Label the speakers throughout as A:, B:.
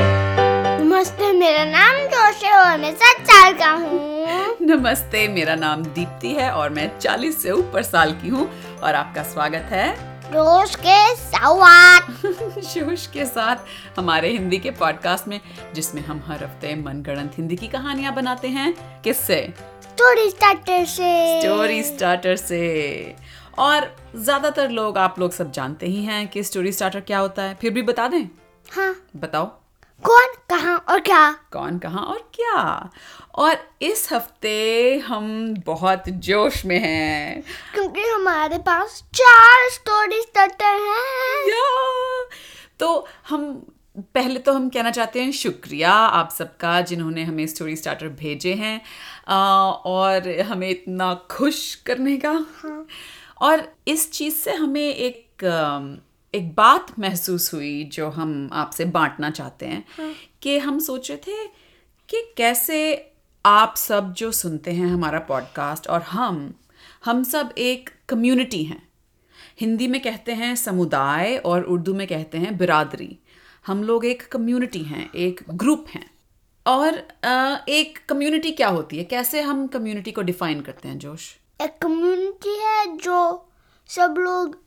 A: नमस्ते मेरा नाम जोश है और मैं सात साल का हूँ
B: नमस्ते मेरा नाम दीप्ति है और मैं 40 से ऊपर साल की हूँ और आपका स्वागत है
A: जोश के सवाल
B: जोश के साथ हमारे हिंदी के पॉडकास्ट में जिसमें हम हर हफ्ते मनगढ़ंत हिंदी की कहानियां बनाते हैं किससे
A: स्टोरी स्टार्टर से
B: स्टोरी स्टार्टर से और ज्यादातर लोग आप लोग सब जानते ही हैं कि स्टोरी स्टार्टर क्या होता है फिर भी बता दें
A: हाँ
B: बताओ
A: कौन कहाँ और क्या
B: कौन कहाँ और क्या और इस हफ्ते हम बहुत जोश में हैं
A: क्योंकि हमारे पास चार स्टोरी स्टार्टर हैं
B: या तो हम पहले तो हम कहना चाहते हैं शुक्रिया आप सबका जिन्होंने हमें स्टोरी स्टार्टर भेजे हैं आ, और हमें इतना खुश करने का और इस चीज़ से हमें एक अम, एक बात महसूस हुई जो हम आपसे बांटना चाहते हैं कि हम सोचे थे कि कैसे आप सब जो सुनते हैं हमारा पॉडकास्ट और हम हम सब एक कम्युनिटी हैं हिंदी में कहते हैं समुदाय और उर्दू में कहते हैं बिरादरी हम लोग एक कम्युनिटी हैं एक ग्रुप हैं और अ, एक कम्युनिटी क्या होती है कैसे हम कम्युनिटी को डिफाइन करते हैं जोश
A: एक कम्युनिटी है जो सब लोग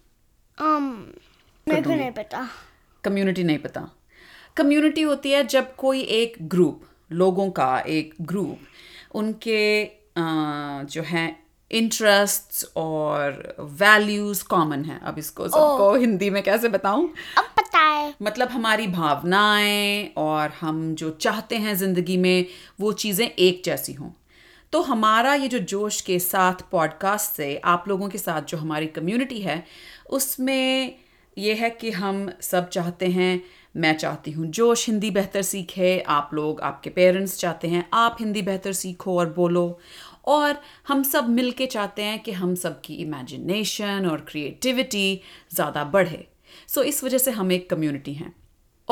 A: अम, मेरे को नहीं पता
B: कम्युनिटी नहीं पता कम्युनिटी होती है जब कोई एक ग्रुप लोगों का एक ग्रुप उनके अ, जो हैं इंटरेस्ट्स और वैल्यूज कॉमन हैं अब इसको सबको हिंदी में कैसे बताऊं
A: अब पता है
B: मतलब हमारी भावनाएं और हम जो चाहते हैं ज़िंदगी में वो चीज़ें एक जैसी हों तो हमारा ये जो जोश के साथ पॉडकास्ट से आप लोगों के साथ जो हमारी कम्युनिटी है उसमें ये है कि हम सब चाहते हैं मैं चाहती हूँ जोश हिंदी बेहतर सीखे आप लोग आपके पेरेंट्स चाहते हैं आप हिंदी बेहतर सीखो और बोलो और हम सब मिलके चाहते हैं कि हम सब की इमेजिनेशन और क्रिएटिविटी ज़्यादा बढ़े सो इस वजह से हम एक कम्युनिटी हैं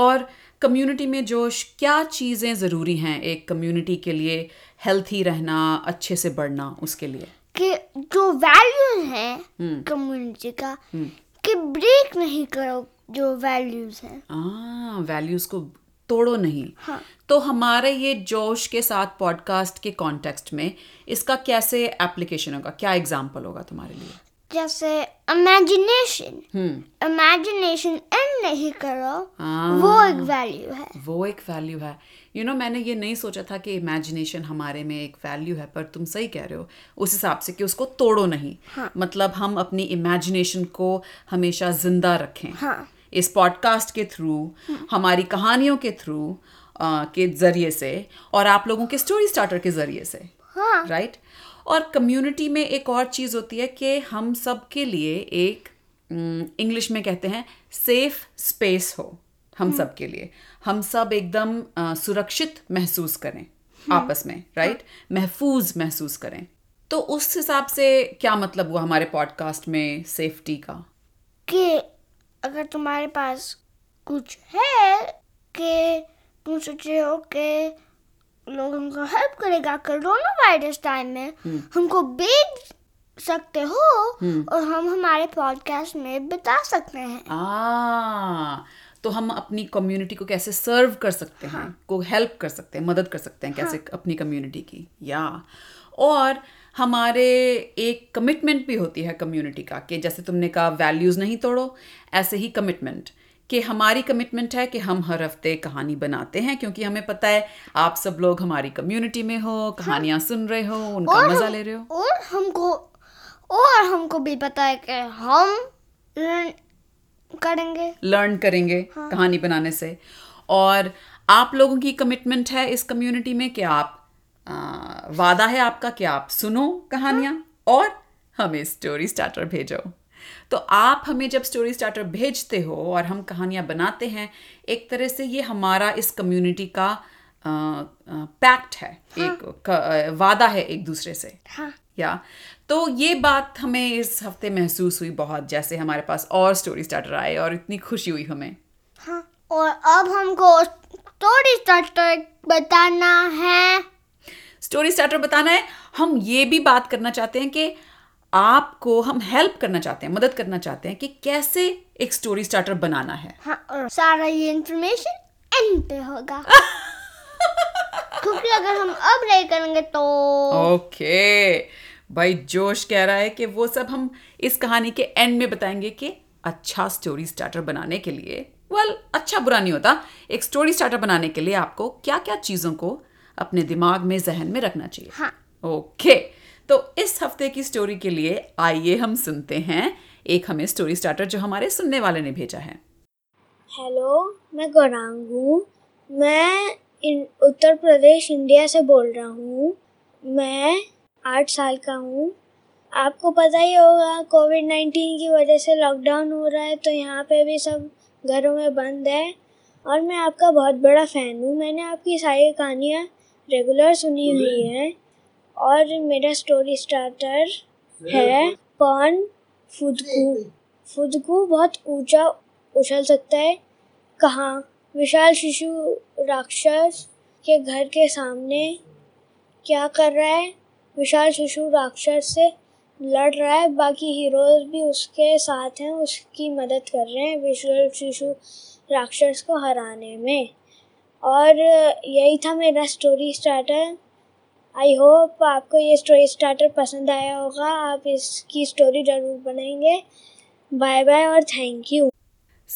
B: और कम्युनिटी में जोश क्या चीज़ें ज़रूरी हैं एक कम्युनिटी के लिए हेल्थी रहना अच्छे से बढ़ना उसके लिए
A: कि जो वैल्यूज हैं कम्युनिटी का कि ब्रेक नहीं करो जो वैल्यूज हैं
B: वैल्यूज़ को तोड़ो नहीं
A: हाँ।
B: तो हमारे ये जोश के साथ पॉडकास्ट के कॉन्टेक्स्ट में इसका कैसे एप्लीकेशन होगा क्या एग्जाम्पल होगा तुम्हारे लिए
A: जैसे इमेजिनेशन इमेजिनेशन एंड नहीं करो
B: हाँ।
A: वो एक वैल्यू है
B: वो एक वैल्यू है यू you नो know, मैंने ये नहीं सोचा था कि इमेजिनेशन हमारे में एक वैल्यू है पर तुम सही कह रहे हो उस हिसाब से कि उसको तोड़ो नहीं मतलब हम अपनी इमेजिनेशन को हमेशा जिंदा रखें
A: हाँ।
B: इस पॉडकास्ट के थ्रू हमारी कहानियों के थ्रू के जरिए से और आप लोगों के स्टोरी स्टार्टर के जरिए से
A: हाँ।
B: राइट और कम्युनिटी में एक और चीज़ होती है कि हम सब के लिए एक इंग्लिश में कहते हैं सेफ स्पेस हो हम सब के लिए हम सब एकदम अ, सुरक्षित महसूस करें आपस में राइट महफूज महसूस करें तो उस हिसाब से क्या मतलब हुआ हमारे पॉडकास्ट में सेफ्टी का
A: कि अगर तुम्हारे पास कुछ है कि तुम सोच रहे हो कि लोगों को हेल्प करेगा कोरोना वायरस टाइम में हमको बेच सकते हो और हम हमारे पॉडकास्ट में बता सकते हैं
B: आ तो हम अपनी कम्युनिटी को कैसे सर्व कर सकते हैं
A: हाँ।
B: को हेल्प कर सकते हैं मदद कर सकते हैं कैसे अपनी कम्युनिटी की या और हमारे एक कमिटमेंट भी होती है कम्युनिटी का कि जैसे तुमने कहा वैल्यूज़ नहीं तोड़ो ऐसे ही कमिटमेंट कि हमारी कमिटमेंट है कि हम हर हफ्ते कहानी बनाते हैं क्योंकि हमें पता है आप सब लोग हमारी कम्युनिटी में हो कहानियाँ सुन रहे हो उनका मज़ा ले रहे हो
A: हाँ। और हमको और हमको भी पता है कि हम learn करेंगे
B: लर्न करेंगे कहानी बनाने से और आप लोगों की कमिटमेंट है इस कम्युनिटी में कि आप आ, वादा है आपका कि आप सुनो कहानियाँ और हमें स्टोरी स्टार्टर भेजो तो आप हमें जब स्टोरी स्टार्टर भेजते हो और हम कहानियाँ बनाते हैं एक तरह से ये हमारा इस कम्युनिटी का पैक्ट है एक क- वादा है एक दूसरे से
A: हाँ
B: या तो ये बात हमें इस हफ्ते महसूस हुई बहुत जैसे हमारे पास और स्टोरी स्टार्टर आए और इतनी खुशी हुई हमें
A: हाँ और अब हमको स्टोरी स्टार्टर बताना है
B: स्टोरी स्टार्टर बताना है हम ये भी बात करना चाहते हैं कि आपको हम हेल्प करना चाहते हैं मदद करना चाहते हैं कि कैसे एक स्टोरी स्टार्टर बनाना है
A: हाँ और सारा ये इंफॉर्मेशन एंड पे होगा क्योंकि अगर हम अब नहीं करेंगे तो
B: ओके भाई जोश कह रहा है कि वो सब हम इस कहानी के एंड में बताएंगे कि अच्छा स्टोरी स्टार्टर बनाने के लिए वेल अच्छा बुरा नहीं होता एक स्टोरी स्टार्टर बनाने के लिए आपको क्या क्या चीज़ों को अपने दिमाग में जहन में रखना चाहिए
A: हाँ
B: ओके तो इस हफ्ते की स्टोरी के लिए आइए हम सुनते हैं एक हमें स्टोरी स्टार्टर जो हमारे सुनने वाले ने भेजा है
C: हेलो मैं गौरांग हूँ मैं इन उत्तर प्रदेश इंडिया से बोल रहा हूँ मैं आठ साल का हूँ आपको पता ही होगा कोविड नाइन्टीन की वजह से लॉकडाउन हो रहा है तो यहाँ पे भी सब घरों में बंद है और मैं आपका बहुत बड़ा फ़ैन हूँ मैंने आपकी सारी कहानियाँ रेगुलर सुनी हुई हैं और मेरा स्टोरी स्टार्टर है पॉन फुदकू फुदकू बहुत ऊंचा उछल सकता है कहाँ विशाल शिशु राक्षस के घर के सामने क्या कर रहा है विशाल शिशु राक्षस से लड़ रहा है बाकी हीरोज भी उसके साथ हैं उसकी मदद कर रहे हैं विशाल शिशु राक्षस को हराने में और यही था मेरा स्टोरी स्टार्टर आई होप आपको ये स्टोरी स्टार्टर पसंद आया होगा आप इसकी स्टोरी जरूर बनाएंगे बाय बाय और थैंक यू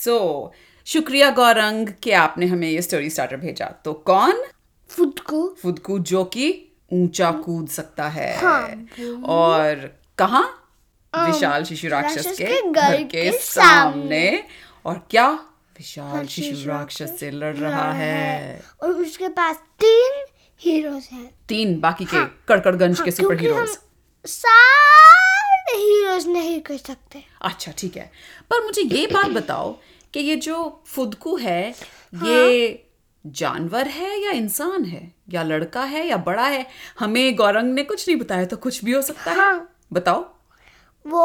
B: सो शुक्रिया गौरंग कि आपने हमें ये स्टोरी स्टार्टर भेजा तो कौन
A: फूड को
B: फुदकू जो कि ऊंचा कूद सकता है
A: हाँ।
B: और कहा विशाल शिशु राक्षस
A: राक्षस
B: के
A: के
B: घर
A: घर
B: के
A: के हाँ,
B: सामने और क्या विशाल शिशु राक्षस से लड़ रहा है
A: और उसके पास तीन हीरोज हैं हाँ,
B: तीन बाकी के कड़कड़गंज के सुपर
A: क्योंकि हम
B: हीरोज
A: सारे हीरोज नहीं कर सकते
B: अच्छा ठीक है पर मुझे ये बात बताओ कि ये जो फुदकू है
A: हाँ।
B: ये जानवर है या इंसान है या लड़का है या बड़ा है हमें गौरंग ने कुछ नहीं बताया तो कुछ भी हो सकता है
A: हाँ।
B: बताओ
A: वो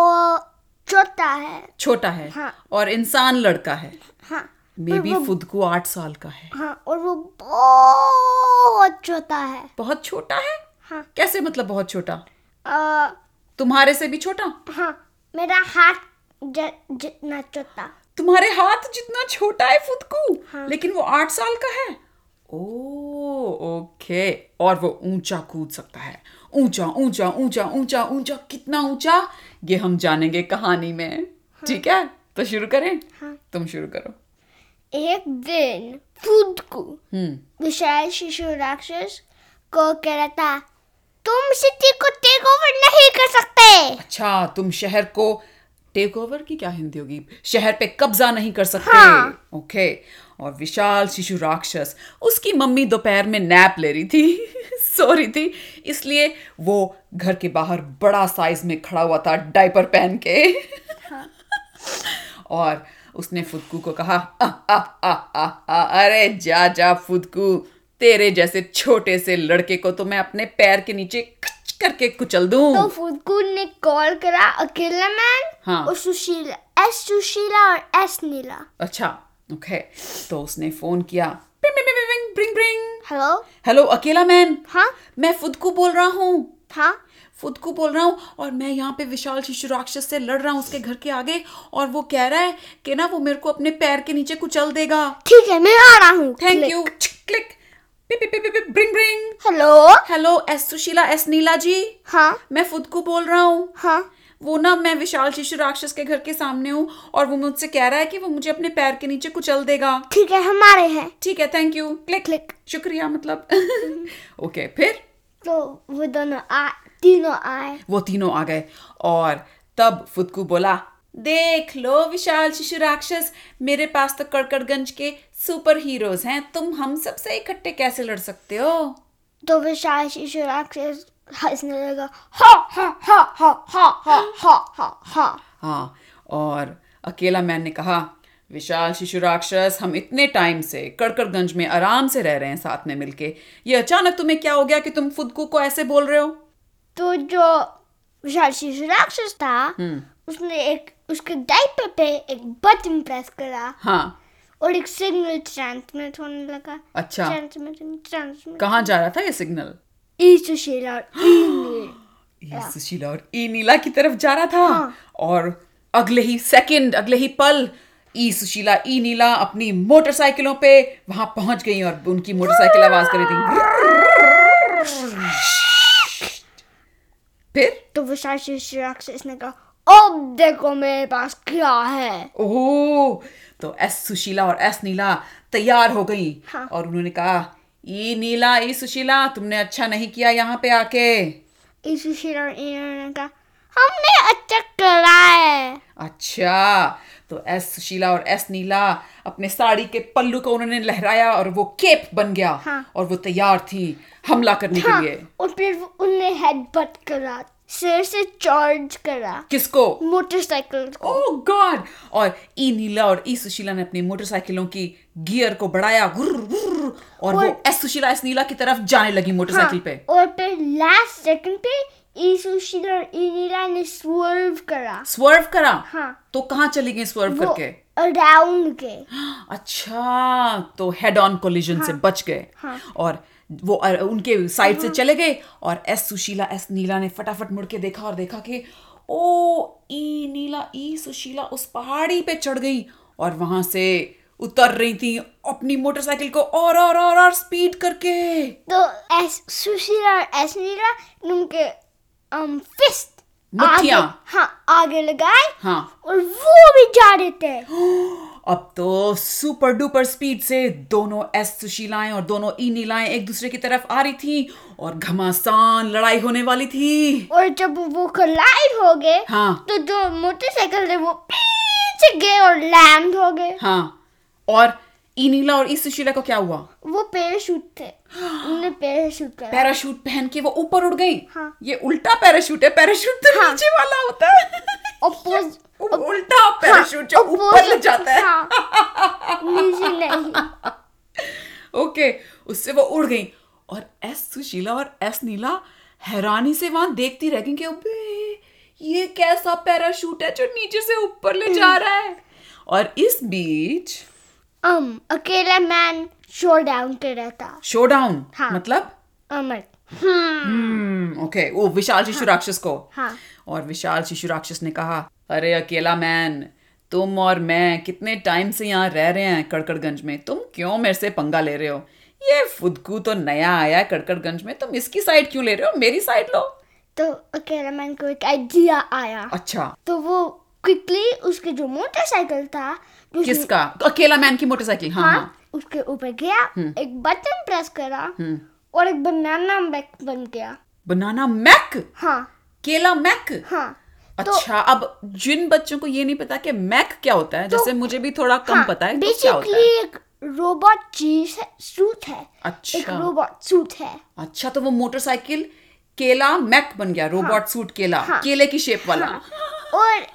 A: छोटा है
B: छोटा है
A: हाँ।
B: और इंसान लड़का है
A: हाँ
B: मे बी खुद को आठ साल का है
A: हाँ और वो बहुत छोटा है
B: बहुत छोटा है
A: हाँ।
B: कैसे मतलब बहुत छोटा
A: आ,
B: तुम्हारे से भी छोटा
A: हाँ मेरा हाथ ज- जितना छोटा
B: तुम्हारे हाथ जितना छोटा है फुदकू
A: हाँ।
B: लेकिन वो आठ साल का है ओ ओके और वो ऊंचा कूद सकता है ऊंचा ऊंचा ऊंचा ऊंचा ऊंचा कितना ऊंचा ये हम जानेंगे कहानी में ठीक है तो शुरू करें
A: हाँ।
B: तुम शुरू करो
A: एक दिन खुद को
B: हम्म
A: विशाल शिशु राक्षस को कह रहा था तुम सिटी को टेक ओवर नहीं कर सकते
B: अच्छा तुम शहर को टेक ओवर की क्या हिंदी होगी शहर पे कब्जा नहीं कर सकते
A: हाँ।
B: ओके और विशाल शिशु राक्षस उसकी मम्मी दोपहर में नैप ले रही थी सो रही थी इसलिए वो घर के बाहर बड़ा साइज में खड़ा हुआ था डायपर पहन के और उसने फुदकू को कहा "आ, आ, आ, आ, आ, अरे जा जा फुदकू तेरे जैसे छोटे से लड़के को तो मैं अपने पैर के नीचे खच करके कुचल दूं
A: तो फुदकू ने कॉल करा अकेला मैन
B: हाँ।
A: और सुशीला एस सुशीला और एस नीला
B: अच्छा ओके तो उसने फोन किया bring bring bring bring bring bring
A: hello
B: hello अकेला मैन
A: हाँ
B: मैं फुदकू बोल रहा हूँ
A: हाँ
B: फुदकू बोल रहा हूँ और मैं यहाँ पे विशाल शिशु राक्षस से लड़ रहा हूँ उसके घर के आगे और वो कह रहा है कि ना वो मेरे को अपने पैर के नीचे कुचल देगा
A: ठीक है मैं आ रहा हूँ
B: thank you click pip pip pip pip, bring bring
A: hello
B: hello S Sushila S Neela जी
A: हाँ
B: मैं फुदकू बोल रहा हूँ
A: हाँ
B: वो ना मैं विशाल शिशु राक्षस के घर के सामने हूँ और वो मुझसे कह रहा है कि वो मुझे अपने पैर के नीचे कुचल देगा
A: ठीक है हमारे हैं
B: ठीक है थैंक यू क्लिक
A: Click.
B: शुक्रिया मतलब ओके फिर
A: तो वो दोनों आए तीनों आए
B: वो तीनों आ गए और तब फुदकू बोला देख लो विशाल शिशु राक्षस मेरे पास तो कड़कड़गंज के सुपर हीरोज हैं तुम हम सबसे इकट्ठे कैसे लड़ सकते हो
A: तो विशाल शिशु राक्षस हंसने लगा हा हा हा हा हा हा हा हा हा
B: हाँ और अकेला मैन ने कहा विशाल शिशु राक्षस हम इतने टाइम से कड़कड़गंज में आराम से रह रहे हैं साथ में मिलके ये अचानक तुम्हें क्या हो गया कि तुम फुदकू को ऐसे बोल रहे हो
A: तो जो विशाल शिशु राक्षस था उसने एक उसके डाइपर पे एक बटन प्रेस करा
B: हाँ
A: और एक सिग्नल ट्रांसमिट होने लगा
B: अच्छा
A: ट्रांसमिट ट्रांसमिट
B: कहाँ जा रहा था ये सिग्नल
A: ई सुशीला और ई नील
B: ये सुशीला और ई नीला की तरफ जा रहा था और अगले ही सेकंड अगले ही पल ई सुशीला ई नीला अपनी मोटरसाइकिलों पे वहां पहुंच गई और उनकी मोटरसाइकिल आवाज कर रही थी फिर
A: तो वो शाशी शिराक से इसने कहा अब देखो मेरे पास क्या है
B: ओह तो एस सुशीला और एस नीला तैयार हो गई
A: हाँ।
B: और उन्होंने कहा ई नीला ई सुशीला तुमने अच्छा नहीं किया यहाँ पे आके
A: इस सुशीला और इन्होंने ने कहा हमने अच्छा करा है
B: अच्छा तो एस सुशीला और एस नीला अपने साड़ी के पल्लू को उन्होंने लहराया और वो केप बन गया
A: हाँ।
B: और वो तैयार थी हमला करने
A: हाँ,
B: के लिए
A: और फिर वो उनने हेडबट करा सिर से चार्ज करा
B: किसको
A: मोटरसाइकिल को
B: ओह गॉड और ई नीला और ई सुशीला ने अपनी मोटरसाइकिलों की गियर को बढ़ाया गुर्र, गुर्र, और वो
A: और- हाँ।
B: एस सुशीला एस नीला की तरफ जाने लगी मोटरसाइकिल पे
A: और फिर लास्ट सेकंड पे ई सुशीला और ई नीला ने स्वर्व करा
B: स्वर्व करा
A: हाँ।
B: तो कहाँ चली गई स्वर्व
A: वो
B: करके
A: अराउंड के
B: अच्छा तो हेड ऑन कोलिजन से बच गए
A: हाँ।
B: और वो अ, उनके साइड से चले गए और एस सुशीला एस नीला ने फटाफट मुड़ के देखा और देखा कि oh E Neela E Sushila उस पहाड़ी पे चढ़ गई और वहां से उतर रही थी अपनी मोटरसाइकिल को और और और और स्पीड करके
A: तो एस सुशीला और एस नीला ने उनके अम फिस्ट
B: मुट्ठियाँ।
A: हाँ आगे लगाए
B: हाँ
A: और वो भी जा रहे थे
B: अब तो सुपर डुपर स्पीड से दोनों एस सुशीलाएं और दोनों ई नीलाएं एक दूसरे की तरफ आ रही थी और घमासान लड़ाई होने वाली थी
A: और जब वो कोलाइड हो गए
B: हाँ।
A: तो जो मोटरसाइकिल थे वो पीछे गए और लैंड हो गए
B: हाँ और ई नीला और ई सुशीला को क्या हुआ
A: वो पैराशूट थे उन्होंने पैराशूट करा
B: पैराशूट पहन के वो ऊपर उड़ गई
A: हाँ।
B: ये उल्टा पैराशूट है पैराशूट तो
A: हाँ।
B: नीचे वाला होता है
A: अपोज
B: उ- उल्टा पैराशूट जो ऊपर लग जाता है
A: हाँ, नीचे नहीं
B: ओके उससे वो उड़ गई और एस सुशीला और एस नीला हैरानी से वहां देखती रह गई कि अबे ये कैसा पैराशूट है जो नीचे से ऊपर ले जा
A: हम्म।
B: रहा है और इस बीच
A: um अकेला मैन शोडाउन कर रहा था
B: शोडाउन
A: हाँ।
B: मतलब
A: अमर हम्म
B: हम्म, ओके वो विशाल शिशु राक्षस को
A: हाँ।
B: और विशाल शिशु राक्षस ने कहा अरे अकेला मैन तुम और मैं कितने टाइम से यहाँ रह रहे हैं कड़कड़गंज में तुम क्यों मेरे से पंगा ले रहे हो ये फुदकू तो नया आया है कड़कड़गंज में तुम इसकी साइड क्यों ले रहे हो मेरी साइड लो
A: तो अकेला मैन को एक आइडिया आया
B: अच्छा
A: तो वो क्विकली उसके जो मोटरसाइकिल था जो उसने-
B: किसका अकेला मैन की मोटरसाइकिल हाँ हम्म।
A: हाँ
B: हाँ
A: उसके ऊपर गया एक बटन प्रेस करा
B: हम्म।
A: और एक बनाना मैक बन गया
B: बनाना मैक
A: हाँ
B: केला मैक
A: हाँ तो-
B: अच्छा अब जिन बच्चों को ये नहीं पता कि मैक क्या होता है जैसे मुझे भी थोड़ा कम
A: तो हाँ,
B: पता है तो क्या होता
A: बेसिकली
B: है
A: एक रोबोट चीज है सूट है एक
B: अच्छा
A: रोबोट सूट है
B: अच्छा तो वो मोटरसाइकिल केला मैक बन गया रोबोट सूट केला
A: हाँ।
B: केले की शेप वाला
A: और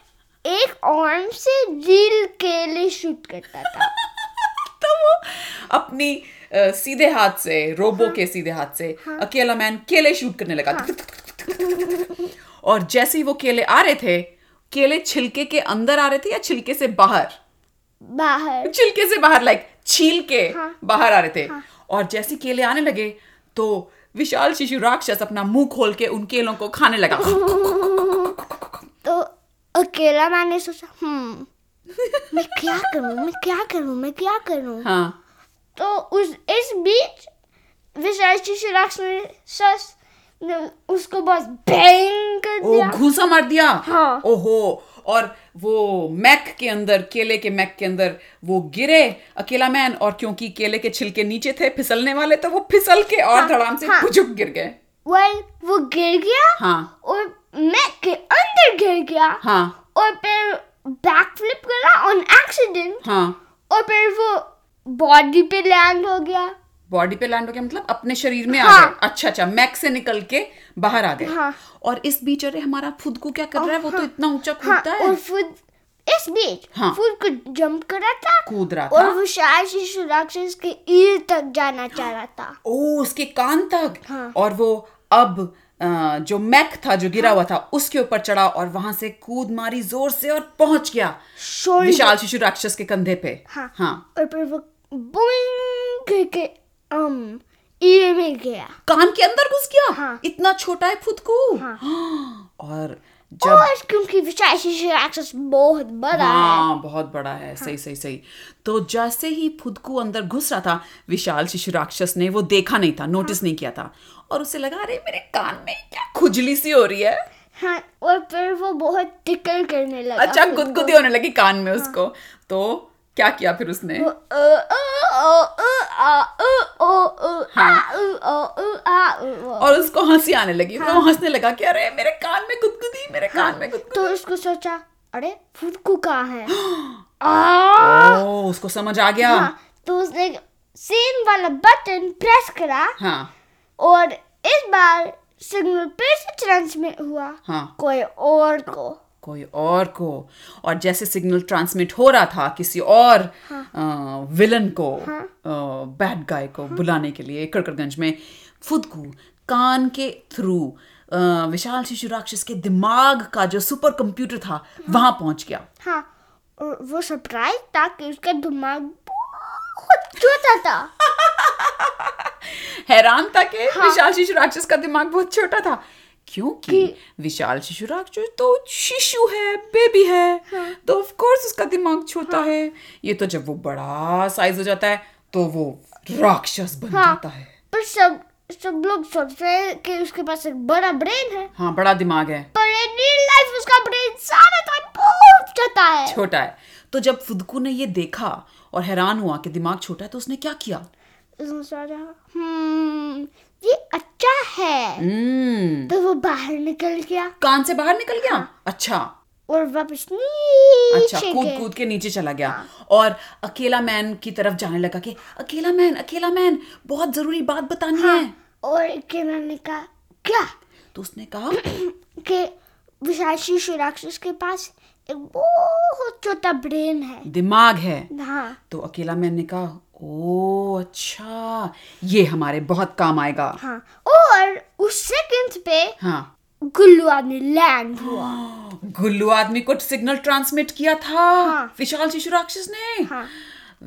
A: एक आर्म से रील केले शूट करता था
B: तो वो अपनी अ, सीधे हाथ से रोबो
A: हाँ।
B: के सीधे हाथ से अकेला मैन केले शूट करने लगा
A: हाँ।
B: और जैसे ही वो केले आ रहे थे केले छिलके के अंदर आ रहे थे या छिलके से बाहर
A: बाहर
B: छिलके से बाहर लाइक छील के
A: हाँ।
B: बाहर आ रहे थे और जैसे केले आने लगे तो विशाल शिशु राक्षस अपना मुंह खोल के उन केलों को खाने लगा
A: तो अकेला मैंने सोचा हम्म मैं क्या करूं मैं क्या करूं मैं क्या करूं
B: हाँ
A: तो उस इस बीच विशाल शिशुराक्ष ने सस ने उसको बस बैंग कर
B: ओ
A: दिया
B: घूसा मार दिया
A: हाँ।
B: ओहो और वो मैक के अंदर केले के मैक के अंदर वो गिरे अकेला मैन और क्योंकि केले के छिलके नीचे थे फिसलने वाले तो वो फिसल के और धड़ाम से
A: हाँ।
B: पुजुक गिर गए
A: वेल वो गिर गया
B: हाँ।
A: और मैं के अंदर गिर गया
B: हाँ
A: और फिर बैक फ्लिप करा ऑन एक्सीडेंट
B: हाँ
A: और फिर वो बॉडी पे लैंड हो गया
B: बॉडी पे लैंड हो गया मतलब अपने शरीर में आ
A: हाँ।
B: गए अच्छा अच्छा मैक से निकल के बाहर आ गए
A: हाँ।
B: और इस बीच अरे हमारा फुदकू क्या कर रहा है वो तो इतना ऊंचा
A: हाँ
B: कूदता
A: और
B: है
A: फूड इस बीच
B: हाँ।
A: फूड को जंप करा था
B: कूद रहा
A: और
B: था
A: वो शायद शिशु राक्षस के ईर तक जाना चाह रहा था
B: ओ उसके कान तक
A: हाँ।
B: और वो अब अ, जो मैक था जो
A: हाँ।
B: गिरा हुआ था उसके ऊपर चढ़ा और वहां से कूद मारी जोर से और पहुंच गया
A: शोल्डर
B: विशाल शिशु राक्षस के कंधे पे
A: तो। हाँ,
B: हाँ
A: और फिर वो बोइंग करके um ईयर में गया
B: कान के अंदर घुस गया
A: हाँ।
B: इतना छोटा है खुद को
A: हाँ।
B: और जब
A: और क्योंकि विशाल शीशे का एक्सेस बहुत बड़ा है
B: हाँ बहुत बड़ा है सही सही सही तो जैसे ही फुदकू अंदर घुस रहा था विशाल शिशु राक्षस ने वो देखा नहीं
A: हाँ।
B: था नोटिस नहीं किया था और उसे लगा अरे मेरे कान में क्या खुजली सी हो रही है
A: हाँ और फिर वो बहुत टिकल करने लगा
B: अच्छा
A: खुद को।
B: गुदगुदी होने लगी कान
A: हाँ।
B: में उसको तो क्या किया फिर उसने
A: वो अ, अ, अ, अ, आ, अ, ओ, अ, आ, अ, ओ, अ, आ, अ, ओ।
B: हाँ। और उसको हंसी आने लगी तो वो हंसने लगा कि अरे मेरे कान में गुदगुदी मेरे कान में गुदगुदी
A: हाँ। तो उसको सोचा अरे फुदकू कहाँ है आ,
B: ओ उसको समझ आ गया
A: हाँ, तो उसने सेम वाला बटन प्रेस करा
B: हाँ
A: और इस बार सिग्नल फिर से ट्रांसमिट हुआ
B: हाँ
A: कोई और को
B: कोई और को और जैसे सिग्नल ट्रांसमिट हो रहा था किसी और
A: हाँ।
B: विलन को बैड गाय को
A: हाँ।
B: बुलाने के लिए कड़कड़गंज में फुदकू कान के थ्रू विशाल शिशु राक्षस के दिमाग का जो सुपर कंप्यूटर था वहां पहुंच गया
A: हाँ और वो सरप्राइज था कि उसका दिमाग बहुत छोटा था
B: हैरान था कि विशाल शिशु राक्षस का दिमाग बहुत छोटा था क्योंकि विशाल शिशु राक्षस तो शिशु है बेबी है तो ऑफ कोर्स उसका दिमाग छोटा है ये तो जब वो बड़ा साइज हो जाता है तो वो राक्षस बन जाता है
A: पर सब सब लोग सोचते हैं कि उसके पास एक बड़ा ब्रेन है
B: हाँ बड़ा दिमाग है
A: पर इन रियल लाइफ उसका ब्रेन सारा टाइम बहुत छोटा है
B: छोटा है तो जब फुदकू ने ये देखा और हैरान हुआ कि दिमाग छोटा है तो उसने क्या किया
A: उसने सोचा हम्म ये अच्छा है
B: हम्म
A: तो वो बाहर निकल गया
B: कान से बाहर निकल गया अच्छा
A: और वापस
B: अच्छा
A: नीचे हाँ।
B: कूद
A: गया।
B: कूद के नीचे चला गया और अकेला मैन की तरफ जाने लगा कि अकेला मैन अकेला मैन बहुत जरूरी बात बतानी
A: हाँ।
B: है
A: और किरण ने कहा क्या
B: तो उसने कहा
A: कि विशाल शिशु राक्षस के पास एक बहुत छोटा ब्रेन है
B: दिमाग है
A: हाँ
B: तो अकेला मैन ने कहा ओ अच्छा ये हमारे बहुत काम आएगा
A: हाँ और उस सेकंड पे
B: हाँ
A: गुल्लू आदमी लैंड हुआ
B: गुल्लू आदमी को सिग्नल ट्रांसमिट किया था
A: हाँ।
B: विशाल शिशु राक्षस ने
A: हाँ।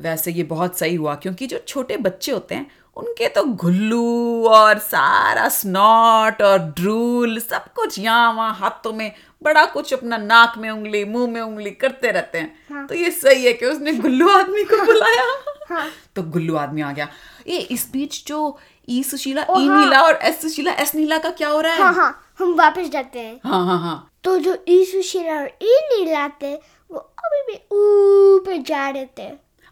B: वैसे ये बहुत सही हुआ क्योंकि जो छोटे बच्चे होते हैं उनके तो गुल्लू और सारा स्नॉट और ड्रूल सब कुछ यहाँ वहाँ हाथों में बड़ा कुछ अपना नाक में उंगली मुंह में उंगली करते रहते हैं तो ये सही है कि उसने गुल्लू आदमी को बुलाया
A: हाँ।
B: तो गुल्लू आदमी आ गया ये इस बीच जो ई सुशीला ई नीला और एस सुशीला एस नीला का क्या हो रहा है
A: हाँ हाँ हम वापस जाते हैं
B: हाँ हाँ हाँ
A: तो जो ईसु शिला और ई नीला थे वो अभी भी ऊपर जा रहे थे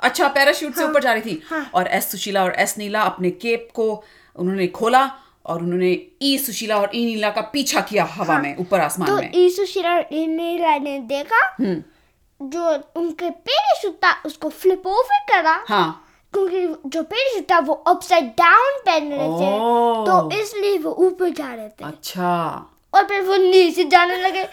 B: अच्छा पैराशूट से ऊपर जा रही थी और एस सुशीला और एस नीला अपने केप को उन्होंने खोला और उन्होंने ई सुशीला और ई नीला का पीछा किया हवा में ऊपर आसमान
A: तो
B: में
A: ईसु शिला और ई नीला ने देखा जो उनके पैराशूट था उसको फ्लिप ओवर करा
B: हाँ
A: क्योंकि जो पैराशूट था वो अपसाइड डाउन पहन रहे थे
B: ओह।
A: तो इसलिए वो ऊपर जा रहे थे
B: अच्छा
A: और फिर वो नीचे जाने लगे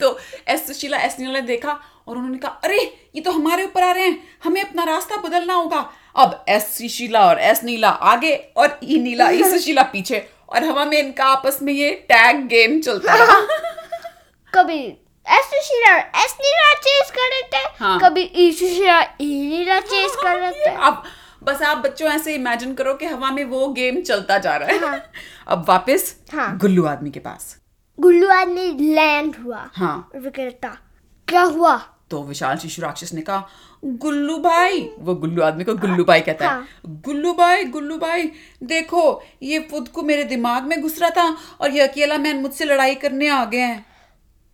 B: तो एस सुशीला एस नीला ने देखा और उन्होंने कहा अरे ये तो हमारे ऊपर आ रहे हैं हमें अपना रास्ता बदलना होगा अब एस सुशीला और एस नीला आगे और ई नीला ई सुशीला पीछे और हवा में इनका आपस में ये टैग गेम चलता रहा
A: कभी एस शीरा और एस नीला चेस कर रहे थे
B: हाँ।
A: कभी ई शीरा ई नीला चेस कर रहे थे
B: अब बस आप बच्चों ऐसे इमेजिन करो कि हवा में वो गेम चलता जा रहा है
A: हाँ।
B: अब वापस
A: हाँ।
B: गुल्लू आदमी के पास
A: गुल्लू आदमी लैंड हुआ
B: हाँ
A: और वो कहता क्या हुआ
B: तो विशाल शिशु राक्षस ने कहा गुल्लू भाई वो गुल्लू आदमी को गुल्लू भाई कहता
A: हाँ।
B: है गुल्लू भाई गुल्लू भाई देखो ये फुदकू मेरे दिमाग में घुस रहा था और ये अकेला मैन मुझसे लड़ाई करने आ गए हैं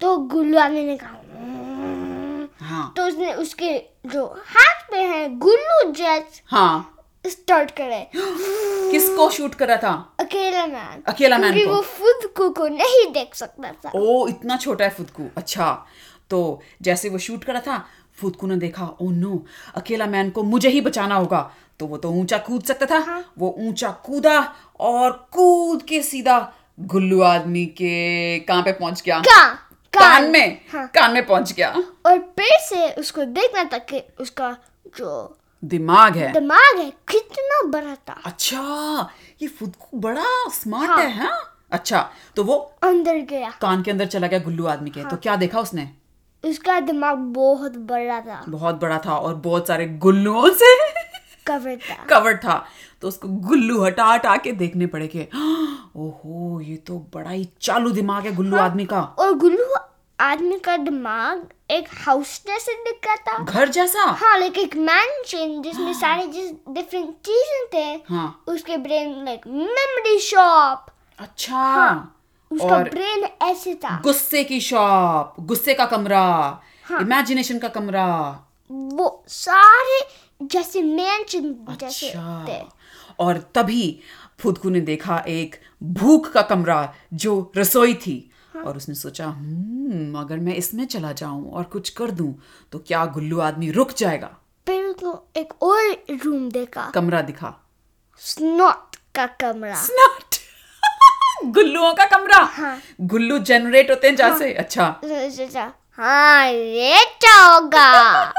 A: तो गुल्लू आदमी ने कहा "हम्म।"
B: हाँ
A: तो उसने उसके जो हाथ पे है गुल्लू जेट
B: हाँ
A: स्टार्ट करे
B: किसको शूट कर रहा था
A: अकेला मैन
B: अकेला मैन
A: क्योंकि
B: को।
A: वो खुद को नहीं देख सकता था
B: ओ इतना छोटा है फुदकू अच्छा तो जैसे वो शूट करा था फुदकू ने देखा ओ नो अकेला मैन को मुझे ही बचाना होगा तो वो तो ऊंचा कूद सकता था वो ऊंचा कूदा और कूद के सीधा गुल्लू आदमी के कहाँ पे पहुंच गया
A: कान
B: कान में
A: हाँ।
B: कान में पहुंच गया
A: और फिर से उसको देखना था कि उसका जो
B: दिमाग है
A: दिमाग है कितना बड़ा था
B: अच्छा ये फुदकू बड़ा स्मार्ट है हाँ अच्छा तो वो
A: अंदर गया
B: कान के अंदर चला गया गुल्लू आदमी के तो क्या देखा उसने
A: उसका दिमाग बहुत बड़ा था
B: बहुत बड़ा था और बहुत सारे गुल्लुओं से
A: कवर था
B: कवर था तो उसको गुल्लू हटा हटा के देखने पड़े कि "हाँ, ओहो ये तो बड़ा ही चालू दिमाग है गुल्लू आदमी का
A: और गुल्लू आदमी का दिमाग एक हाउस जैसे दिख रहा था
B: घर जैसा
A: हाँ लाइक एक मैंशन जिसमें सारे जिस डिफरेंट चीजें थे
B: हाँ
A: उसके ब्रेन लाइक मेमोरी शॉप
B: अच्छा
A: उसका
B: और-
A: ब्रेन ऐसे था
B: गुस्से की शॉप गुस्से का कमरा इमेजिनेशन का कमरा
A: वो सारे जैसे मैंशन जैसे थे
B: अच्छा और तभी फुदकू ने देखा एक भूख का कमरा जो रसोई थी और उसने सोचा "हम्म, अगर मैं इसमें चला जाऊं और कुछ कर दूं तो क्या गुल्लू आदमी रुक जाएगा
A: फिर उसको एक और रूम देखा
B: कमरा दिखा
A: स्नॉट का कमरा
B: स्नॉट गुल्लुओं का कमरा
A: हाँ।
B: गुल्लू जनरेट होते हैं जैसे अच्छा
A: सोचा हाँ ये क्या होगा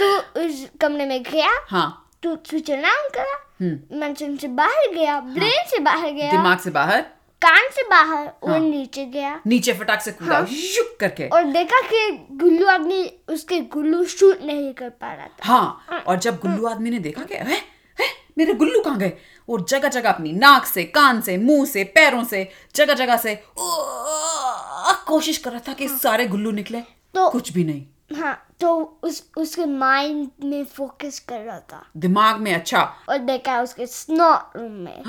A: तो उस कमरे में गया
B: हाँ
A: तो स्विच ऑन करा मैंशन से बाहर गया ब्रेन से बाहर गया
B: हम्म। हाँ। दिमाग हाँ। से बाहर
A: कान से बाहर और नीचे गया
B: नीचे फटाक से कूदा शुक करके
A: हाँ। और देखा कि गुल्लू आदमी उसके गुल्लू शूट नहीं कर पा रहा था
B: हाँ और जब गुल्लू आदमी ने देखा कि "अरे, अरे, मेरे गुल्लू कहाँ गए और जगह जगह अपनी नाक से कान से मुंह से पैरों से जगह जगह से "ओह!" कोशिश कर रहा था कि सारे गुल्लू निकले
A: हाँ। तो-
B: कुछ भी नहीं
A: हाँ तो उस उसके माइंड में फोकस कर रहा था
B: दिमाग में अच्छा
A: और देखा उसके स्नॉट रूम में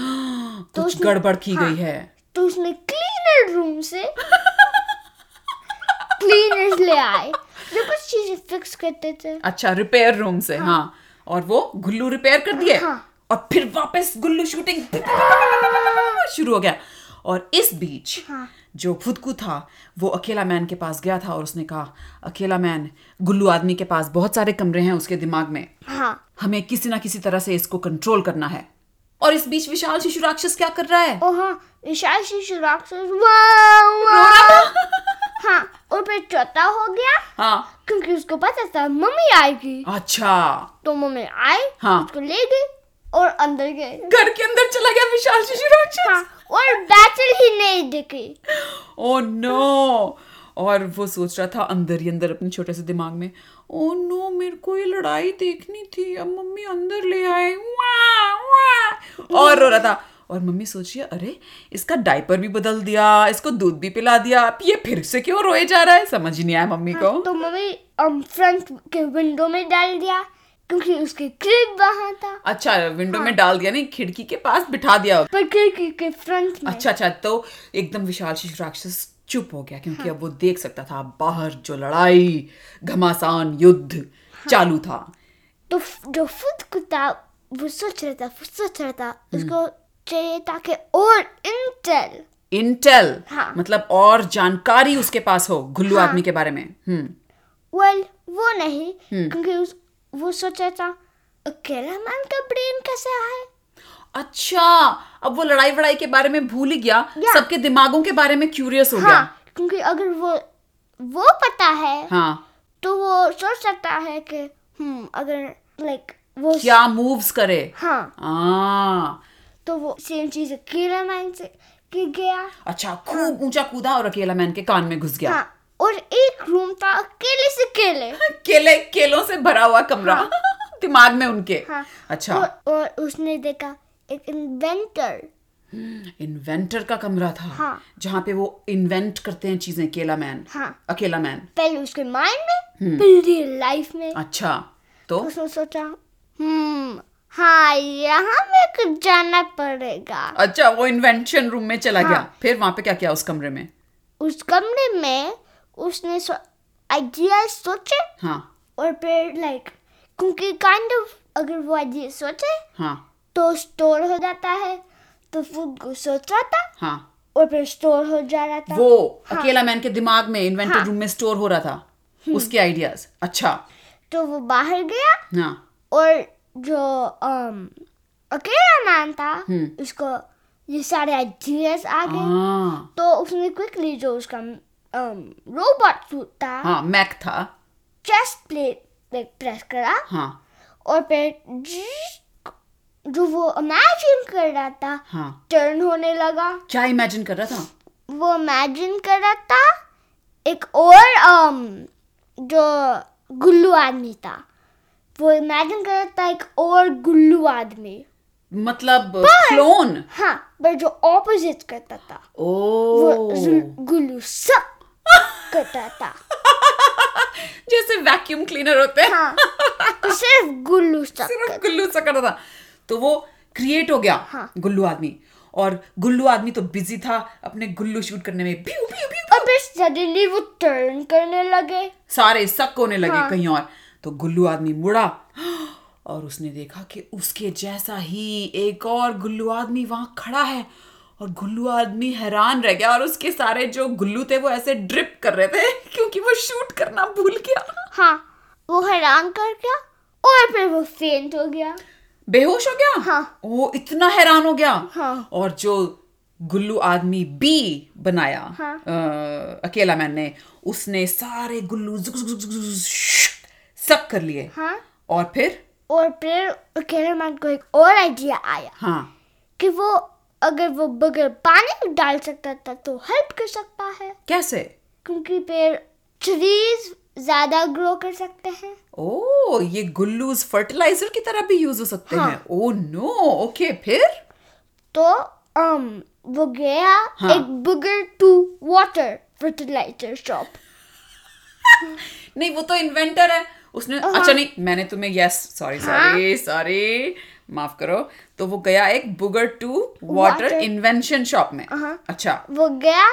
A: तो
B: कुछ
A: उसने-
B: गड़बड़ की
A: हाँ।
B: गई है
A: तो उसने क्लीनर रूम से क्लीनर्स ले आए जो कुछ चीजें फिक्स करते थे
B: अच्छा रिपेयर रूम से हाँ और वो गुल्लू रिपेयर कर दिए
A: हाँ।
B: और फिर वापस गुल्लू शूटिंग शुरू हो गया और इस बीच
A: हाँ।
B: जो फुदकू था वो अकेला मैन के पास गया था और उसने कहा अकेला मैन गुल्लू आदमी के पास बहुत सारे कमरे हैं उसके दिमाग में
A: हाँ
B: हमें किसी ना किसी तरह से इसको कंट्रोल करना है और इस बीच विशाल शिशु राक्षस क्या कर रहा है
A: और हाँ विशाल शिशु राक्षस वाह वाह हाँ और फिर चौथा हो गया
B: हाँ
A: क्योंकि उसको पता था मम्मी आएगी
B: अच्छा
A: तो मम्मी आई
B: हाँ।
A: उसको ले गई और अंदर गए
B: घर के अंदर चला गया विशाल शिशु राक्षस
A: हाँ, और बैटल ही नहीं दिखी
B: ओ नो Oh, और वो सोच रहा था अंदर ही अंदर अपने छोटे से दिमाग में ओ नो मेरे को ये लड़ाई देखनी थी अब मम्मी अंदर ले आए वाह, वाह। और रो रहा था और मम्मी सोच रही है अरे इसका डायपर भी बदल दिया इसको दूध भी पिला दिया अब ये फिर से क्यों रोए जा रहा है समझ ही नहीं आया मम्मी को
A: तो मम्मी अम, फ्रंट के विंडो में डाल दिया क्योंकि उसके क्लिप वहां था
B: अच्छा विंडो में डाल दिया नहीं खिड़की के पास बिठा दिया
A: पर खिड़की के फ्रंट में
B: अच्छा अच्छा तो एकदम विशाल शिशु राक्षस चुप हो गया क्योंकि
A: हाँ।
B: अब वो देख सकता था बाहर जो लड़ाई घमासान युद्ध
A: हाँ।
B: चालू था
A: तो फ- जो फुद कुत्ता वो सोच रहा था वो सोच रहा था
B: हम्म।
A: उसको चाहिए था कि और इंटेल
B: इंटेल
A: हाँ।
B: मतलब और जानकारी उसके पास हो गुल्लू आदमी के बारे में हम्म
A: वेल वो नहीं क्योंकि उस वो सोच रहा था अकेला मैन का ब्रेन कैसे है
B: अच्छा अब वो लड़ाई वड़ाई के बारे में भूल ही गया
A: या।
B: सबके दिमागों के बारे में क्यूरियस हो गया
A: हाँ क्योंकि अगर वो वो पता है
B: हाँ
A: तो वो सोच सकता है कि हम्म अगर लाइक वो
B: क्या मूव्स करे
A: हाँ
B: आ,
A: तो वो सेम चीज अकेला मैन से की गया
B: अच्छा खूब ऊंचा कूदा और अकेला मैन के कान में घुस गया
A: हाँ और एक रूम था अकेले से अकेले
B: केले केलों से भरा हुआ कमरा दिमाग में उनके
A: हाँ।
B: अच्छा
A: और, और उसने देखा एक इन्वेंटर
B: इन्वेंटर का कमरा था
A: हाँ।
B: जहाँ पे वो इन्वेंट करते हैं चीजें केला मैन
A: हाँ।
B: अकेला मैन
A: पहले उसके माइंड में फिर रियल लाइफ में
B: अच्छा तो
A: उसने सोचा हम्म हाँ यहाँ में कुछ जाना पड़ेगा
B: अच्छा वो इन्वेंशन रूम में चला गया
A: हाँ।
B: फिर वहां पे क्या किया उस कमरे में
A: उस कमरे में उसने आइडिया सोचे
B: हाँ
A: और फिर लाइक क्योंकि काइंड ऑफ अगर वो आइडिया सोचे
B: हाँ
A: तो स्टोर हो जाता है तो फूड को सोच रहा था
B: हाँ
A: और फिर स्टोर हो जा रहा था
B: वो अकेला
A: हाँ।
B: मैन के दिमाग में इन्वेंटर रूम में स्टोर हो रहा था
A: हम्म।
B: उसके आइडियाज अच्छा
A: तो वो बाहर गया
B: हाँ
A: और जो अम, अकेला मैन था उसको ये सारे आइडियाज आ गए
B: हम्म। हाँ
A: तो उसने क्विकली जो उसका रोबोट सूट था
B: हाँ मैक था
A: चेस्ट प्लेट पे प्रेस करा
B: हाँ
A: और फिर जीक, जो वो इमेजिन कर रहा था
B: हाँ
A: टर्न होने लगा
B: क्या इमेजिन कर रहा था
A: वो इमेजिन कर रहा था um, एक और अम, जो गुल्लू आदमी था वो इमेजिन कर रहा था एक और गुल्लू आदमी
B: मतलब क्लोन
A: हाँ पर जो ऑपोजिट करता था वो
B: ओ
A: जुल- गुल्लू सब करता था
B: जैसे वैक्यूम क्लीनर होते हैं
A: हाँ तो सिर्फ गुल्लू सब
B: सिर्फ गुल्लू सा करता था तो वो क्रिएट हो गया
A: हाँ।
B: गुल्लू आदमी और गुल्लू आदमी तो बिजी था अपने गुल्लू शूट करने में प्यू प्यू प्यू
A: और फिर सडनली वो टर्न करने लगे
B: सारे सक होने लगे
A: हाँ।
B: कहीं और तो गुल्लू आदमी मुड़ा और उसने देखा कि उसके जैसा ही एक और गुल्लू आदमी वहां खड़ा है और गुल्लू आदमी हैरान रह गया और उसके सारे जो गुल्लू थे वो ऐसे ड्रिप कर रहे थे क्योंकि वो शूट करना भूल गया
A: हाँ वो हैरान कर गया और फिर वो फेंट हो गया
B: बेहोश हो गया
A: हाँ।
B: वो इतना हैरान हो गया
A: हाँ।
B: और जो गुल्लू आदमी बी बनाया
A: हाँ।
B: अ, अकेला मैन ने उसने सारे गुल्लू जुक जुक जुक जुक जुक शुक, सक कर लिए
A: हाँ
B: और फिर
A: और फिर कैमरामैन को एक और आइडिया आया
B: हाँ
A: कि वो अगर वो बगैर पानी में डाल सकता था तो हेल्प कर सकता है
B: कैसे
A: क्योंकि पेड़ ट्रीज ज्यादा ग्रो कर सकते हैं
B: ओ ये गुल्लूज फर्टिलाइजर की तरह भी यूज हो सकते
A: हाँ।
B: हैं ओ नो ओके फिर
A: तो um, वो गया
B: हाँ।
A: एक burger to water fertiliser shop
B: नहीं वो तो इन्वेंटर है उसने
A: हाँ।
B: अच्छा नहीं मैंने तुम्हें यस सॉरी सॉरी सॉरी माफ करो तो वो गया एक burger to water
A: Water-
B: invention shop में
A: हाँ।
B: अच्छा
A: वो गया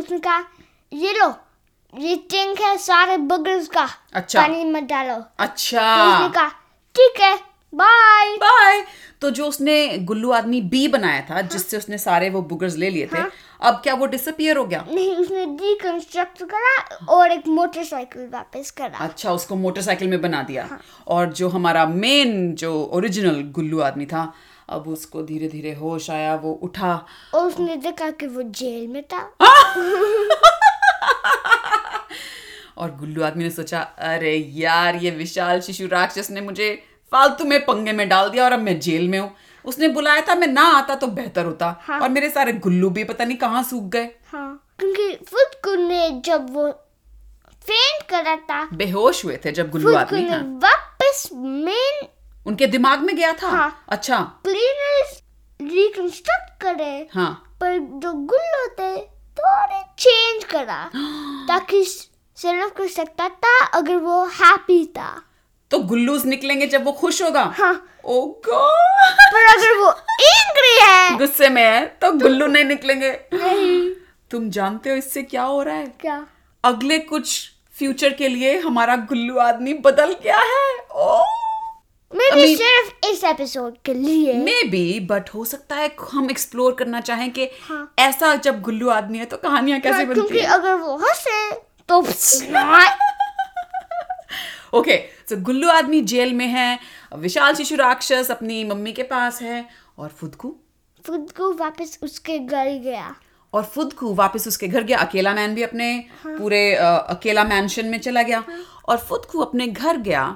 A: उसने कहा ये लो ये टैंक है सारे बगर्स का
B: अच्छा।
A: पानी मत डालो तो उसने
B: अच्छा
A: कहा ठीक है बाय
B: बाय तो जो उसने गुल्लू आदमी बी बनाया था जिससे उसने सारे वो बुगर्स ले लिए थे
A: हाँ।
B: अब क्या वो डिसअपियर हो गया
A: नहीं उसने डिकंस्ट्रक्ट करा और एक मोटरसाइकिल वापस करा
B: अच्छा उसको मोटरसाइकिल में बना दिया
A: हाँ।
B: और जो हमारा मेन जो ओरिजिनल गुल्लू आदमी था अब उसको धीरे धीरे होश आया वो उठा
A: और उसने देखा कि वो जेल में था
B: हाँ। और गुल्लू आदमी ने सोचा अरे यार ये विशाल शिशु राक्षस ने मुझे फालतू में पंगे में डाल दिया और अब मैं जेल में हूँ उसने बुलाया था मैं ना आता तो बेहतर होता
A: हाँ।
B: और मेरे सारे गुल्लू भी पता नहीं कहाँ सूख गए
A: हाँ क्योंकि फुदकुर ने जब वो फेंट करा था
B: बेहोश हुए थे जब गुल्लू
A: फुदकुर
B: आदमी
A: ने
B: हाँ।
A: वापस मेन
B: उनके दिमाग में गया था
A: हाँ।
B: अच्छा
A: क्लीनर्स रिकंस्ट्रक्ट करे
B: हाँ
A: पर जो गुल्लो थे थोड़े चेंज करा ताकि सर्व कर सकता था अगर वो हैप्पी था
B: तो गुल्लूज निकलेंगे जब वो खुश होगा
A: हाँ
B: ओ गॉड
A: पर अगर वो एंग्री है
B: गुस्से में है तो गुल्लू नहीं निकलेंगे तुम जानते हो इससे क्या हो रहा है
A: क्या
B: अगले कुछ फ्यूचर के लिए हमारा गुल्लू आदमी बदल गया है Oh! ओ
A: मैं
B: अभी-
A: सिर्फ इस एपिसोड के लिए
B: मे बी बट हो सकता है हम एक्सप्लोर करना चाहें कि
A: हाँ।
B: ऐसा जब गुल्लू आदमी है तो कहानियां कैसे
A: हाँ,
B: बनती
A: क्योंकि
B: है
A: अगर वो हंसे तो
B: ओके सो गुल्लू आदमी जेल में है विशाल शिशु राक्षस अपनी मम्मी के पास है और फुदकू
A: खुद को वापस उसके घर गया
B: और फुदकू वापस उसके घर गया अकेला मैन भी अपने
A: हाँ।
B: पूरे अ, अकेला मैंशन में चला गया और फुदकू अपने घर गया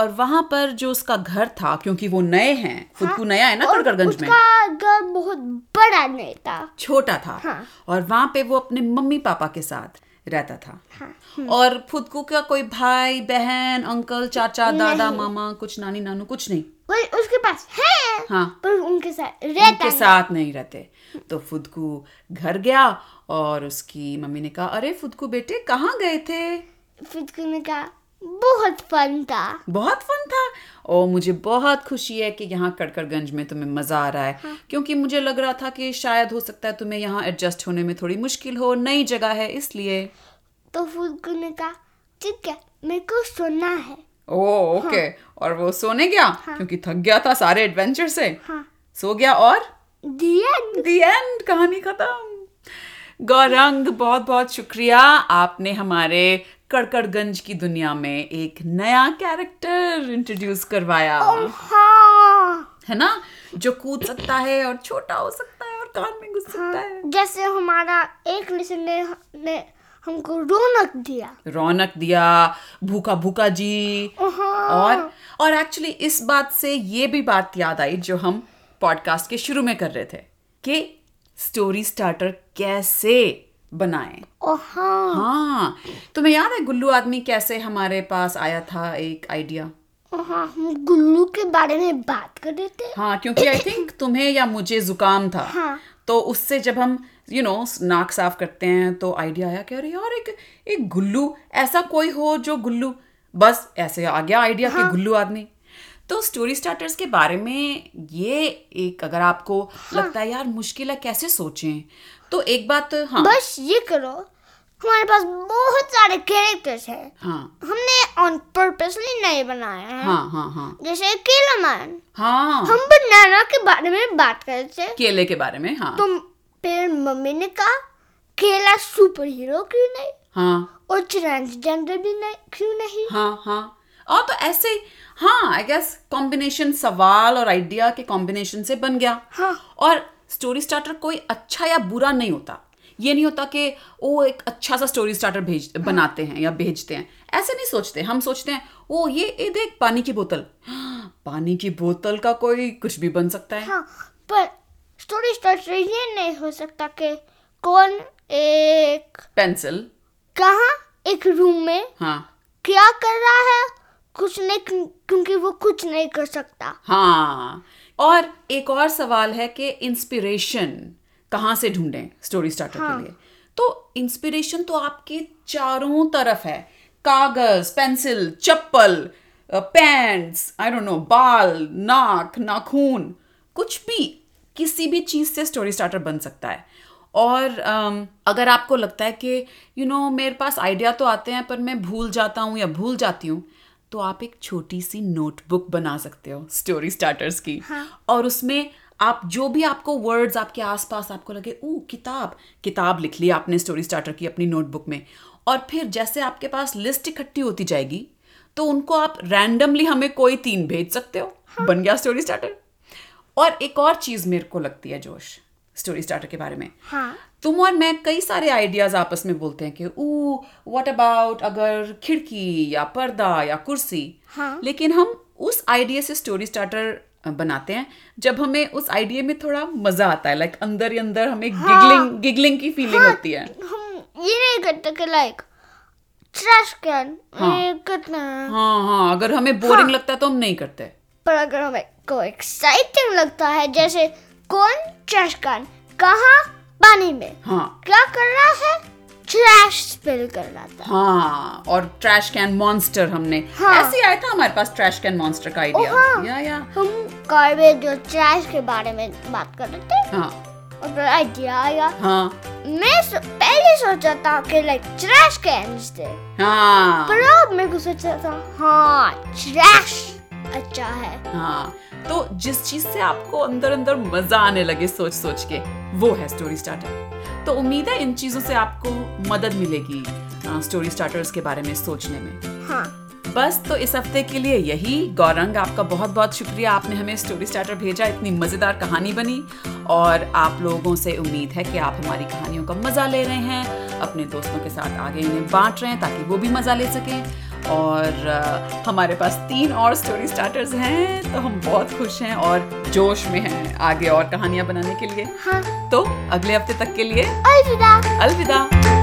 B: और वहां पर जो उसका घर था क्योंकि वो नए हैं फुदकू नया है ना
A: हाँ। और
B: कड़कड़गंज में
A: उसका घर बहुत बड़ा नहीं था
B: छोटा था
A: हाँ।
B: और वहां पे वो अपने मम्मी पापा के साथ रहता था
A: हाँ, हम्म।
B: और फुदकू का कोई भाई बहन अंकल चाचा दादा
A: नहीं।
B: मामा कुछ नानी नानू कुछ नहीं
A: वही उसके पास है
B: हाँ।
A: पर उनके साथ रहता
B: उनके
A: नहीं।
B: साथ नहीं रहते तो फुदकू घर गया और उसकी मम्मी ने कहा अरे फुदकू बेटे कहाँ गए थे
A: फिर ने कहा बहुत फन था
B: बहुत फन था और मुझे बहुत खुशी है कि यहाँ कड़कड़गंज में तुम्हें मज़ा आ रहा है
A: हाँ।
B: क्योंकि मुझे लग रहा था कि शायद हो सकता है तुम्हें यहाँ एडजस्ट होने में थोड़ी मुश्किल हो नई जगह है इसलिए
A: तो फिर ने कहा ठीक है मेरे को सोना है
B: ओ ओके और वो सोने गया क्योंकि थक गया था सारे एडवेंचर से
A: हाँ
B: सो गया और
A: दिया
B: दी एंड कहानी खत्म गौरंग बहुत बहुत शुक्रिया आपने हमारे कड़कड़गंज की दुनिया में एक नया कैरेक्टर इंट्रोड्यूस करवाया
A: Oh. हाँ
B: है ना जो कूद सकता है और छोटा हो सकता है और कान में घुस सकता है
A: जैसे हमारा एक लिसनर ने हमको रौनक दिया
B: रौनक दिया भूखा भूखा जी
A: हाँ,
B: और और एक्चुअली इस बात से ये भी बात याद आई जो हम पॉडकास्ट के शुरू में कर रहे थे कि स्टोरी स्टार्टर कैसे बनाएं
A: ओ हाँ
B: हाँ तुम्हें याद है गुल्लू आदमी कैसे हमारे पास आया था एक आइडिया
A: हाँ हम गुल्लू के बारे में बात कर रहे थे
B: हाँ क्योंकि आई थिंक तुम्हें या मुझे जुकाम था
A: हाँ।
B: तो उससे जब हम यू you नो नाक साफ करते हैं तो आइडिया आया कि अरे यार एक एक गुल्लू ऐसा कोई हो जो गुल्लू बस ऐसे आ गया आइडिया
A: हाँ।
B: कि गुल्लू आदमी तो स्टोरी स्टार्टर्स के बारे में ये एक अगर आपको
A: हाँ।
B: लगता है यार मुश्किल है कैसे सोचें तो एक बात हाँ
A: बस ये करो हमारे पास बहुत सारे कैरेक्टर्स हैं
B: हाँ
A: हमने ऑन पर्पसली नहीं बनाया है
B: हाँ हाँ हाँ
A: जैसे केलामान
B: हाँ
A: हम बनाना के बारे में बात कर रहे थे
B: केले के बारे में हाँ
A: तो फिर मम्मी ने कहा केला सुपर हीरो क्यों नहीं
B: हाँ
A: और ट्रांसजेंडर भी नहीं क्यों नहीं
B: हाँ हाँ और तो ऐसे ही हाँ आई गेस कॉम्बिनेशन सवाल और आइडिया के कॉम्बिनेशन से बन गया
A: हाँ।
B: और स्टोरी स्टार्टर कोई अच्छा या बुरा नहीं होता ये नहीं होता कि ओ एक अच्छा सा स्टोरी स्टार्टर भेज बनाते हैं या भेजते हैं ऐसे नहीं सोचते हम सोचते हैं ओ ये ये देख पानी की बोतल हाँ, पानी की बोतल का कोई कुछ भी बन सकता है
A: हाँ पर स्टोरी स्टार्टर ये नहीं हो सकता कि कौन एक
B: पेंसिल
A: कहाँ एक रूम में
B: हाँ
A: क्या कर रहा है कुछ नहीं क्यों- क्योंकि वो कुछ नहीं कर सकता
B: हाँ और एक और सवाल है कि इंस्पिरेशन कहाँ से ढूंढें स्टोरी स्टार्टर के लिए तो इंस्पिरेशन तो आपके चारों तरफ है कागज पेंसिल चप्पल पैंट्स आई डोंट नो बाल नाक नाखून कुछ भी किसी भी चीज़ से स्टोरी स्टार्टर बन सकता है और अम, अगर आपको लगता है कि यू नो मेरे पास आइडिया तो आते हैं पर मैं भूल जाता हूँ या भूल जाती हूँ तो आप एक छोटी सी नोटबुक बना सकते हो स्टोरी स्टार्टर्स की और उसमें आप जो भी आपको वर्ड्स आपके आसपास आपको लगे ओ किताब किताब लिख ली आपने स्टोरी स्टार्टर की अपनी नोटबुक में और फिर जैसे आपके पास लिस्ट इकट्ठी होती जाएगी तो उनको आप रैंडमली हमें कोई तीन भेज सकते हो बन गया स्टोरी स्टार्टर और एक और चीज़ मेरे को लगती है जोश स्टोरी स्टार्टर के बारे में
A: हाँ
B: तुम और मैं कई सारे आइडियाज आपस में बोलते हैं कि ओ व्हाट अबाउट अगर खिड़की या पर्दा या कुर्सी
A: हाँ।
B: लेकिन हम उस आइडिया से स्टोरी स्टार्टर बनाते हैं जब हमें उस आइडिया में थोड़ा मजा आता है लाइक अंदर ही अंदर हमें
A: हाँ।
B: गिगलिंग गिगलिंग की फीलिंग होती है
A: हम ये नहीं करते कि लाइक ट्रैश कैन ये करते हैं
B: हाँ हाँ अगर हमें बोरिंग लगता है तो हम नहीं करते
A: पर अगर हमें को एक्साइटिंग लगता है जैसे कौन ट्रैश कैन कहाँ पानी में
B: हाँ
A: क्या कर रहा है ट्रैश स्पिल कर रहा था
B: हाँ और ट्रैश कैन मॉन्स्टर हमने
A: हाँ।
B: ऐसे ही आया था हमारे पास ट्रैश कैन मॉन्स्टर का आइडिया
A: हाँ।
B: या या
A: हम गार्बेज और ट्रैश के बारे में बात कर रहे थे
B: हाँ
A: और फिर आइडिया आया
B: हाँ
A: मैं सो, पहले सोचा था कि लाइक ट्रैश कैंस थे
B: हाँ
A: पर अब मेरे को सोचा था हाँ ट्रैश अच्छा है
B: हाँ तो जिस चीज से आपको अंदर अंदर मजा आने लगे सोच सोच के वो है स्टोरी स्टार्टर तो उम्मीद है इन चीजों से आपको मदद मिलेगी अ, स्टोरी स्टार्टर्स के बारे में सोचने में
A: हाँ
B: बस तो इस हफ्ते के लिए यही गौरंग आपका बहुत बहुत शुक्रिया आपने हमें स्टोरी स्टार्टर भेजा इतनी मज़ेदार कहानी बनी और आप लोगों से उम्मीद है कि आप हमारी कहानियों का मज़ा ले रहे हैं अपने दोस्तों के साथ आगे इन्हें बांट रहे हैं ताकि वो भी मज़ा ले सकें और अ, हमारे पास तीन और स्टोरी स्टार्टर्स हैं तो हम बहुत खुश हैं और जोश में हैं आगे और कहानियाँ बनाने के लिए
A: हाँ
B: तो अगले हफ्ते तक के लिए
A: अलविदा
B: अलविदा